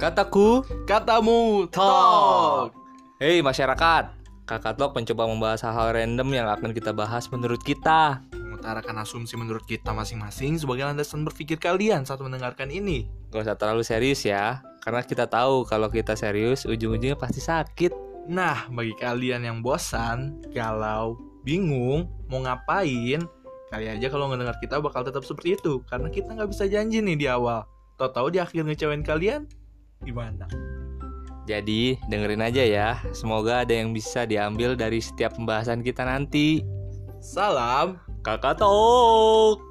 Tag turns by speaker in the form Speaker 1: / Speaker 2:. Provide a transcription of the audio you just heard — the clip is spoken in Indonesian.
Speaker 1: Kataku,
Speaker 2: Katamu
Speaker 1: Talk. hey masyarakat, Kakak Tok mencoba membahas hal-hal random yang akan kita bahas menurut kita.
Speaker 2: Mengutarakan asumsi menurut kita masing-masing sebagai landasan berpikir kalian saat mendengarkan ini.
Speaker 1: Gak usah terlalu serius ya, karena kita tahu kalau kita serius ujung-ujungnya pasti sakit.
Speaker 2: Nah, bagi kalian yang bosan, galau, bingung, mau ngapain, kali aja kalau ngedengar kita bakal tetap seperti itu karena kita nggak bisa janji nih di awal. Tahu-tahu di akhir ngecewain kalian, gimana?
Speaker 1: Jadi dengerin aja ya, semoga ada yang bisa diambil dari setiap pembahasan kita nanti.
Speaker 2: Salam.
Speaker 1: Kakak Tok.